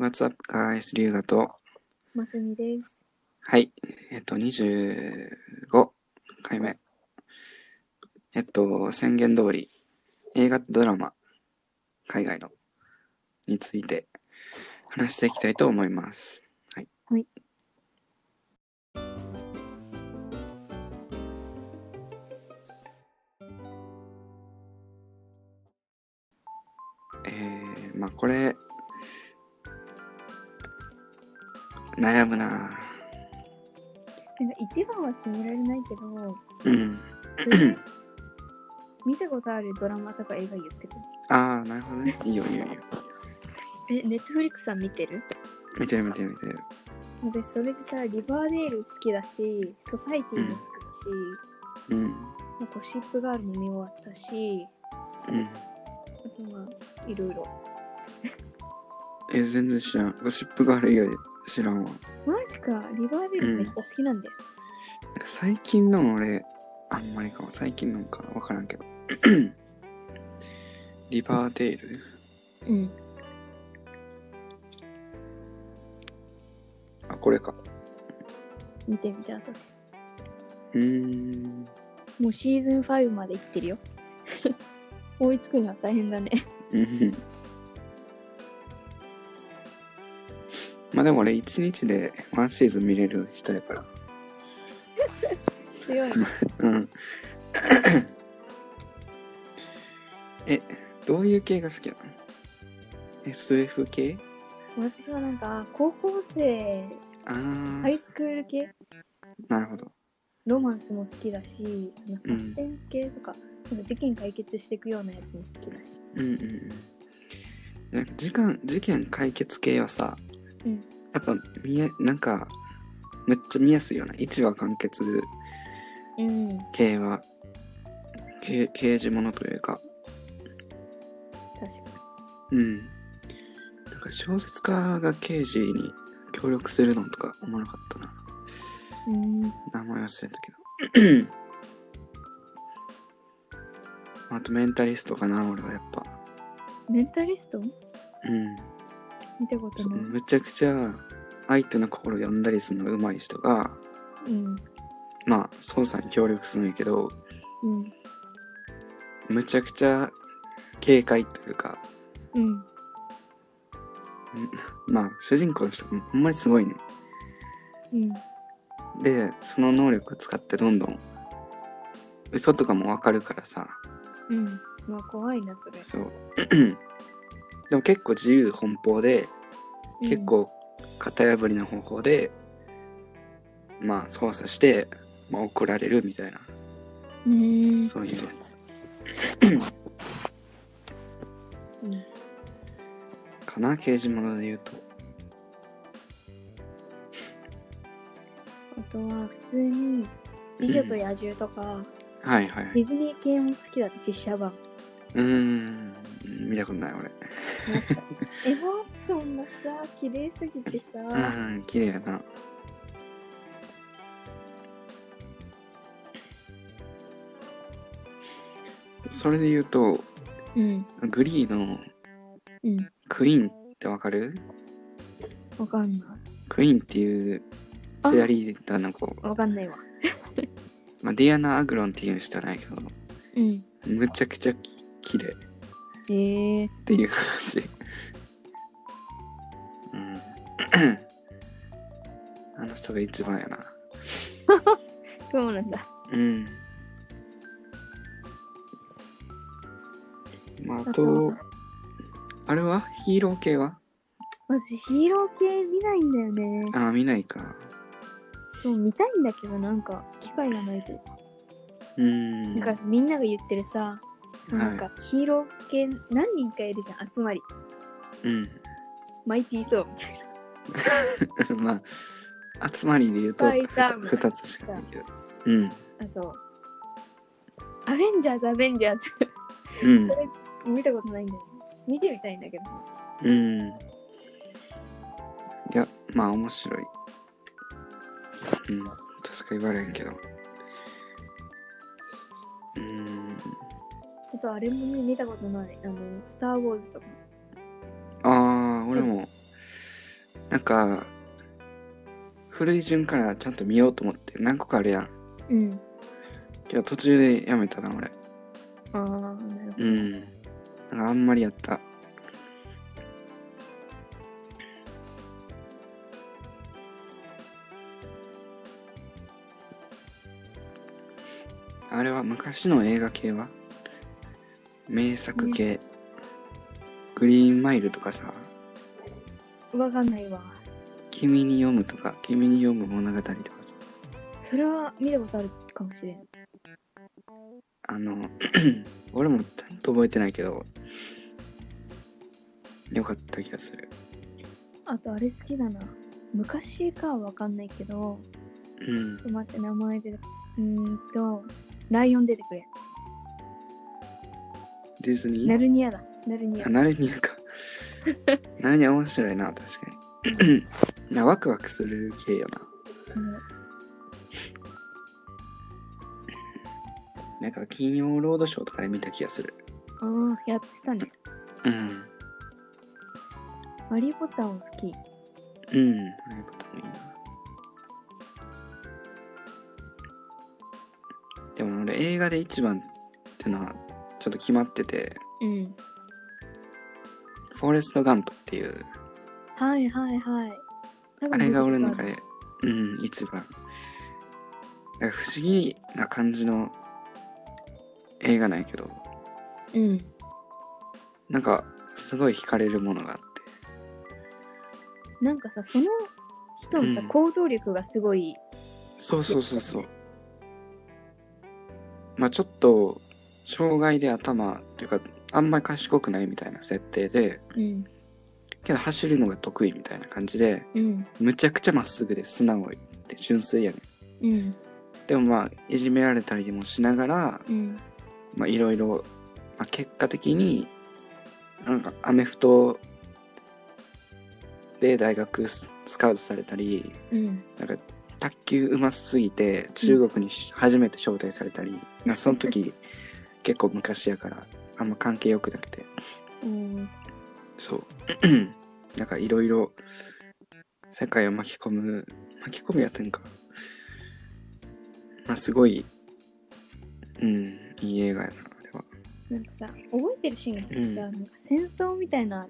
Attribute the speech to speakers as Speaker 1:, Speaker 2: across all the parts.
Speaker 1: What's up, guys? リュウガと。
Speaker 2: ますみです。
Speaker 1: はい。えっと、25回目。えっと、宣言通り、映画とドラマ、海外の、について話していきたいと思います。はい。
Speaker 2: はい
Speaker 1: えー、まあこれ、悩むな
Speaker 2: なんか一番は決められないけ ど、
Speaker 1: うん。
Speaker 2: 見たことあるドラマとか映画言ってく
Speaker 1: ああ、なるほどね。いいよ、いいよ、いいよ。
Speaker 2: る。え、ネットフリックスさん見てる
Speaker 1: 見てる、見てる、見てる。
Speaker 2: 私それでさ、リバーデール好きだし、ソサイティも好きだし、
Speaker 1: うん。
Speaker 2: まあゴシップガールも見終わったし、
Speaker 1: うん。
Speaker 2: あとまあ、いろいろ。
Speaker 1: え、全然知らん。ゴシップガール以外知らんわ。
Speaker 2: マジか、リバーデールめっちゃ好きなんだよ。
Speaker 1: 最近の俺、あんまりかも。最近のかわからんけど。 リバーテール
Speaker 2: うん。
Speaker 1: あ、これか。
Speaker 2: 見てみた後で。
Speaker 1: うーん。
Speaker 2: もうシーズン5まで行 ってるよ。追いつくには大変だね。
Speaker 1: うんまあでも俺一日でワンシーズン見れる人やから。
Speaker 2: 強い。
Speaker 1: うん。 え、どういう系が好きなの ?SF 系
Speaker 2: 私はなんか、高校生、
Speaker 1: あー、
Speaker 2: ハイスクール系
Speaker 1: なるほど。
Speaker 2: ロマンスも好きだしそのサスペンス系とか,、なんか事件解決していくようなやつも好きだし
Speaker 1: うんうんうん。なんか時間、事件解決系はさ、
Speaker 2: うん
Speaker 1: やっぱ見え、なんか、めっちゃ見やすいよな。一話完結
Speaker 2: うん
Speaker 1: 系は、け刑事ものというか、
Speaker 2: 確か
Speaker 1: うん。なんか小説家が刑事に協力するのとか思わなかったな。
Speaker 2: にうん
Speaker 1: 名前忘れたけど あとメンタリストかな俺はやっぱ
Speaker 2: メンタリスト
Speaker 1: うん
Speaker 2: 見たこと
Speaker 1: そ
Speaker 2: ない
Speaker 1: むちゃくちゃ相手の心を読んだりするのが上手い人が
Speaker 2: うん
Speaker 1: まあ捜査に協力するんやけど
Speaker 2: うん
Speaker 1: むちゃくちゃ警戒というか
Speaker 2: うん
Speaker 1: まあ主人公の人もほんまにすごいね
Speaker 2: うん
Speaker 1: でその能力を使ってどんどん嘘とかもわかるからさ
Speaker 2: うんまあ怖いなそれ
Speaker 1: そう でも結構自由奔放で結、構型破りな方法で、まあ操作して、まあ、怒られるみたいな、
Speaker 2: うん、うん
Speaker 1: そういうやつ
Speaker 2: うん
Speaker 1: かな刑事物で言うと
Speaker 2: あとは普通に「美女と野獣」とか
Speaker 1: はいはいはい
Speaker 2: ディズニー系も好きだった実写版
Speaker 1: うーん見たことない俺
Speaker 2: エモーションがさ綺麗すぎてさ、
Speaker 1: うん綺麗やなそれで言うと
Speaker 2: うん
Speaker 1: グリーの
Speaker 2: うん
Speaker 1: クイーンってわかる
Speaker 2: わかんな
Speaker 1: クイーンっていうチアリーダーの子
Speaker 2: いわかんないわ
Speaker 1: まあ、ディアナ・アグロンっていう人はないけど
Speaker 2: うん
Speaker 1: むちゃくちゃき綺麗っ
Speaker 2: ええ
Speaker 1: ていう話うんあの人が一番やな
Speaker 2: そうなんだ
Speaker 1: うんまあ、あ
Speaker 2: あと
Speaker 1: とあれはヒーロー系は
Speaker 2: 私ヒーロー系見ないんだよね
Speaker 1: ああ見ないか
Speaker 2: そう見たいんだけどなんか機会がないというか
Speaker 1: うん
Speaker 2: なんかみんなが言ってるさそうなんかヒーロー系何人かいるじゃん集まり
Speaker 1: うん
Speaker 2: マイティーソーみたい
Speaker 1: まあ集まりで言うと
Speaker 2: いっぱいいた
Speaker 1: 2, つしかないけどうん
Speaker 2: なあとアベンジャーズアベンジャーズ
Speaker 1: うん
Speaker 2: 見たことないんだよね見てみたいんだけど
Speaker 1: うん。いや、まあ面白い。うん。確か言われんけど。うん。
Speaker 2: あとあれもね見たことないあのスター・ウォーズとか
Speaker 1: ああ、俺もなんか、古い順からちゃんと見ようと思って何個かあるやん。
Speaker 2: うん。
Speaker 1: けど途中でやめたな、俺。
Speaker 2: ああ、なるほど。
Speaker 1: うん。なんかあんまりやった。あれは昔の映画系は名作系。グリーンマイルとかさ、
Speaker 2: わかんないわ。
Speaker 1: 君に読むとか、君に読む物語とかさ、
Speaker 2: それは見たことあるかもしれん。
Speaker 1: あの、 俺もちゃんと覚えてないけど、よかった気がする。
Speaker 2: あとあれ好きだな。昔かはわかんないけど、
Speaker 1: うん
Speaker 2: ちょっ。と待って、名前で。うーんと、ライオン出てくるや
Speaker 1: ディズニ
Speaker 2: つ。
Speaker 1: ー
Speaker 2: ナルニアだ。ナルニア
Speaker 1: あ。ナルニア か。ナルニア面白いな、確か に。なワクワクする系よな。
Speaker 2: うん
Speaker 1: なんか金曜ロードショーとかで見た気がする。
Speaker 2: ああ、やってたね。
Speaker 1: うん。
Speaker 2: ハリー・ポッターも好き。
Speaker 1: うん。そういうこともいいな。でも俺映画で一番ってのはちょっと決まってて、
Speaker 2: うん。
Speaker 1: フォレストガンプっていう、
Speaker 2: はいはいはい。多分
Speaker 1: あれが俺の中
Speaker 2: 見
Speaker 1: で、うん、一番。なんか不思議な感じの映画なんやけど、
Speaker 2: たことある。うん。
Speaker 1: なんか、すごい惹かれるものがあって。
Speaker 2: なんかさ、その人のさ、
Speaker 1: うん
Speaker 2: 行動力がすごい。
Speaker 1: そうそうそうそう。まあちょっと、障害で頭っていうか、あんまり賢くないみたいな設定で、
Speaker 2: うん。
Speaker 1: けど走るのが得意みたいな感じで、
Speaker 2: うん。
Speaker 1: むちゃくちゃまっすぐで素直で純粋やね
Speaker 2: うん。
Speaker 1: ん。でもまあ、いじめられたりもしながら、
Speaker 2: うん。
Speaker 1: まあいろいろ、まあ結果的に、なんかアメフトで大学ススカウトされたり、
Speaker 2: うん。
Speaker 1: なんか卓球うますぎて中国にし初めて招待されたり、まあその時結構昔やからあんま関係良くなくて
Speaker 2: うん。
Speaker 1: そう なんかいろいろ世界を巻き込む巻き込むやってんかまあすごいうんいい映画やなあれは
Speaker 2: なんかさ、覚えてるシーンがさ、
Speaker 1: うん
Speaker 2: なんか戦争みたいな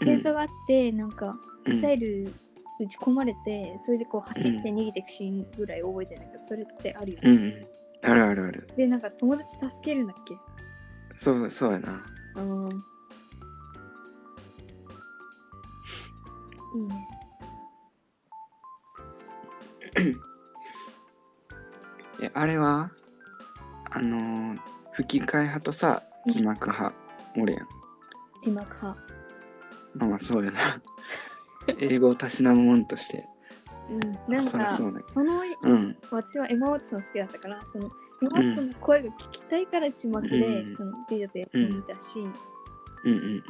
Speaker 1: うん
Speaker 2: 戦争があって、なんか、
Speaker 1: う
Speaker 2: ミ
Speaker 1: ん
Speaker 2: サイル撃ち込まれて、それでこう走って逃げていくシーンぐらい覚えてないけど、それってあるよね。
Speaker 1: うんうんあるあるある
Speaker 2: で、なんか友達助けるんだっけ
Speaker 1: そうそうやな
Speaker 2: あーいいね。
Speaker 1: えあれはあのー吹き替え派とさ字幕派おるやん
Speaker 2: 字幕派。
Speaker 1: まあまあそうやな。英語をたしなむもんとして。
Speaker 2: うん。なん
Speaker 1: そりゃ
Speaker 2: か、
Speaker 1: そ
Speaker 2: そう
Speaker 1: ね
Speaker 2: の、
Speaker 1: うん。
Speaker 2: 私はエマ・ワトソン好きだったから、その、エマ・ワトソンの声が聞きたいから字幕で、
Speaker 1: うん
Speaker 2: その、ビデオで見たし、
Speaker 1: うんうんうん。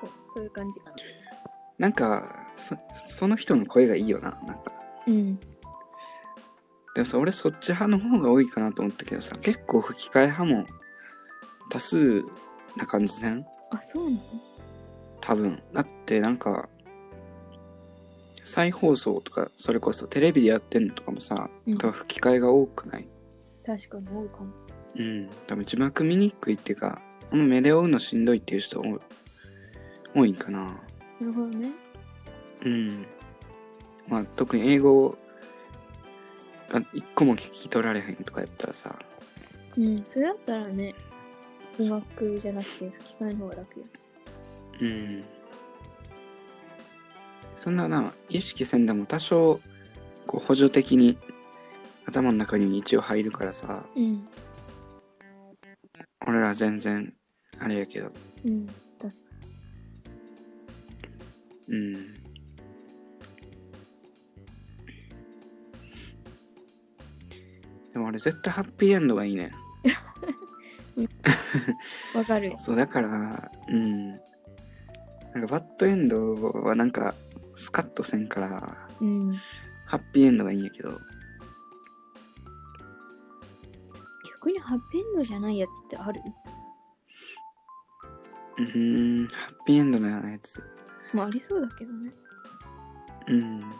Speaker 2: そう、そういう感じかな。
Speaker 1: なんか、そその人の声がいいよな。なんか。
Speaker 2: うん。
Speaker 1: でもさ、俺そっち派の方が多いかなと思ったけどさ、結構吹き替え派も多数な感じせん
Speaker 2: あ、そうなの
Speaker 1: 多分。だってなんか、再放送とか、それこそテレビでやってんのとかもさ、
Speaker 2: うん
Speaker 1: 多分吹き替えが多くない
Speaker 2: 確かに多いかも。
Speaker 1: うん。多分字幕見にくいっていうか、あんま目で追うのしんどいっていう人多い多いんかな。
Speaker 2: なるほどね。
Speaker 1: うん。まあ、特に英語が一個も聞き取られへんとかやったらさ、
Speaker 2: うん、それだったらね、字幕じゃなくて吹き替えの方が楽よ。
Speaker 1: うん。そんなな、意識せんでも多少、こう補助的に頭の中に一応入るからさ、
Speaker 2: うん。
Speaker 1: 俺ら全然、あれやけど、
Speaker 2: うん。だ
Speaker 1: うん。でも俺絶対ハッピーエンドがいいねん。
Speaker 2: わかる。
Speaker 1: そうだからうんなんかバッドエンドはなんかスカッとせんから
Speaker 2: うん。
Speaker 1: ハッピーエンドがいいんやけど
Speaker 2: 逆にハッピーエンドじゃないやつってある
Speaker 1: うーんハッピーエンドのようなやつ
Speaker 2: まあありそうだけどね
Speaker 1: うん。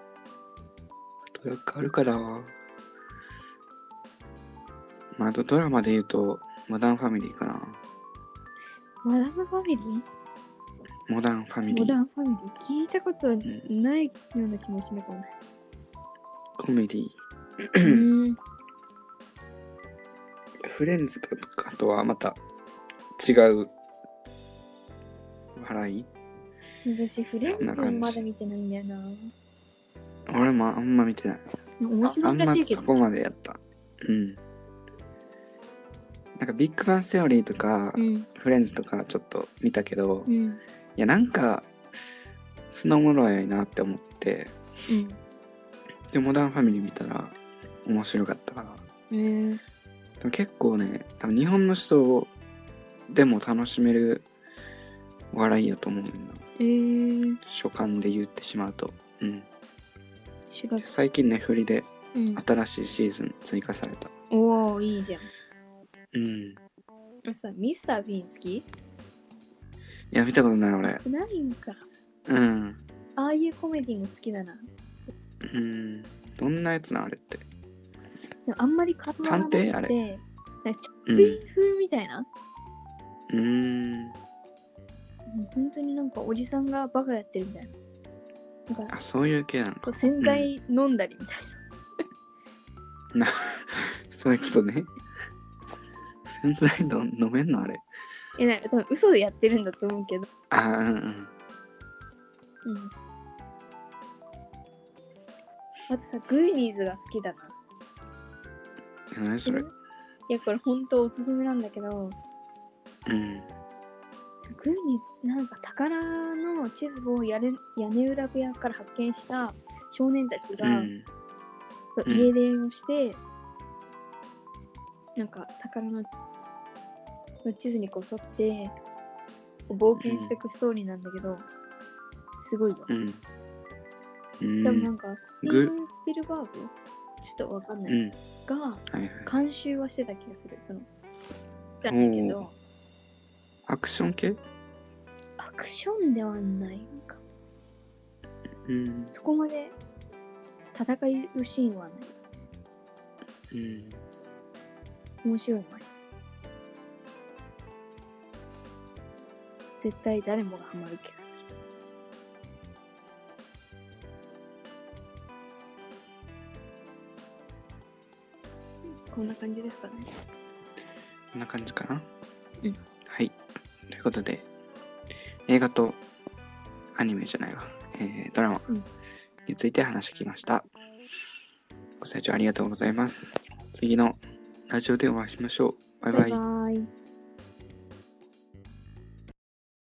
Speaker 1: あとよくあるから。まあ、あとドラマで言うと、モダンファミリーかな。
Speaker 2: マダムファミリー
Speaker 1: モダンファミリ
Speaker 2: モダ
Speaker 1: ー。
Speaker 2: ンファミリー聞いたことないような気持ちだかもね
Speaker 1: コメディ。
Speaker 2: うん
Speaker 1: フレンズとかとはまた違う笑い
Speaker 2: 私フレンズ
Speaker 1: こんな感じ
Speaker 2: まだ見てないんだよな
Speaker 1: 俺もあんま見てない。
Speaker 2: 面白
Speaker 1: あ
Speaker 2: い
Speaker 1: ん
Speaker 2: ら
Speaker 1: ま
Speaker 2: しいけど
Speaker 1: そこまでやった。うん。なんかビッグバンセオリーとか、
Speaker 2: うん
Speaker 1: フレンズとかちょっと見たけど、
Speaker 2: う
Speaker 1: い
Speaker 2: ん
Speaker 1: やなんか、そのおもろいなって思って、
Speaker 2: うん
Speaker 1: で、モダンファミリー見たら面白かったから。
Speaker 2: えー、
Speaker 1: でも結構ね、多分日本の人でも楽しめる笑いやと思うんだ。
Speaker 2: えー、
Speaker 1: 所感で言ってしまうと。うん。
Speaker 2: 調べ
Speaker 1: で最近ね、振りで
Speaker 2: うん
Speaker 1: 新しいシーズン追加された。
Speaker 2: おおいいじゃん
Speaker 1: うん。い
Speaker 2: あさミスター・ビーン好き
Speaker 1: や、見たことない俺。
Speaker 2: ないんか
Speaker 1: うん。
Speaker 2: ああいうコメディも好きだな
Speaker 1: うん。どんなやつなんあれって。
Speaker 2: でもあんまり変わらなく
Speaker 1: 探
Speaker 2: て
Speaker 1: 偵あ
Speaker 2: なんかチ
Speaker 1: う
Speaker 2: ャッ
Speaker 1: ん。
Speaker 2: プ
Speaker 1: う
Speaker 2: リン風みたいな、
Speaker 1: ーん。
Speaker 2: もう本当になんかおじさんがバカやってるみたいななんか
Speaker 1: あ、そういう系なの
Speaker 2: こ
Speaker 1: か
Speaker 2: う。洗剤飲んだりみたい
Speaker 1: そういうことね。洗剤の飲めんのあれ。
Speaker 2: な、えなんか多分嘘でやってるんだと思うけど、
Speaker 1: あーうんうん。
Speaker 2: うん、あとさグーニーズが好きだな
Speaker 1: え何それ。
Speaker 2: いやこれ本当おすすめなんだけど
Speaker 1: うん。
Speaker 2: グーニーズなんか宝の地図をやれ屋根裏部屋から発見した少年たち
Speaker 1: う
Speaker 2: が、
Speaker 1: ん。
Speaker 2: そう
Speaker 1: うん
Speaker 2: 家出をして、なんか宝の地図にこう沿って冒険していくストーリーなんだけど、すごいよ、
Speaker 1: うん。う。
Speaker 2: でもなんんかス
Speaker 1: ぐ
Speaker 2: ティーブン・スピルバーグちょっとわかんない、
Speaker 1: うん。
Speaker 2: が
Speaker 1: はいはい。
Speaker 2: 監修はしてた気がするそのなんだけ
Speaker 1: お
Speaker 2: ど
Speaker 1: アクション系
Speaker 2: アクションではないか
Speaker 1: うん。
Speaker 2: そこまで戦うシーンはない
Speaker 1: うん。
Speaker 2: 面白いました絶対誰もがハマる気がするこんな感じですかね
Speaker 1: こんな感じかな。
Speaker 2: うん。
Speaker 1: はい。ということで、映画とアニメじゃないわ、えードラマ
Speaker 2: うん
Speaker 1: について話してきました。ご清聴ありがとうございます。次のラジオでお会いしましょう。バイバイ。
Speaker 2: バイバイ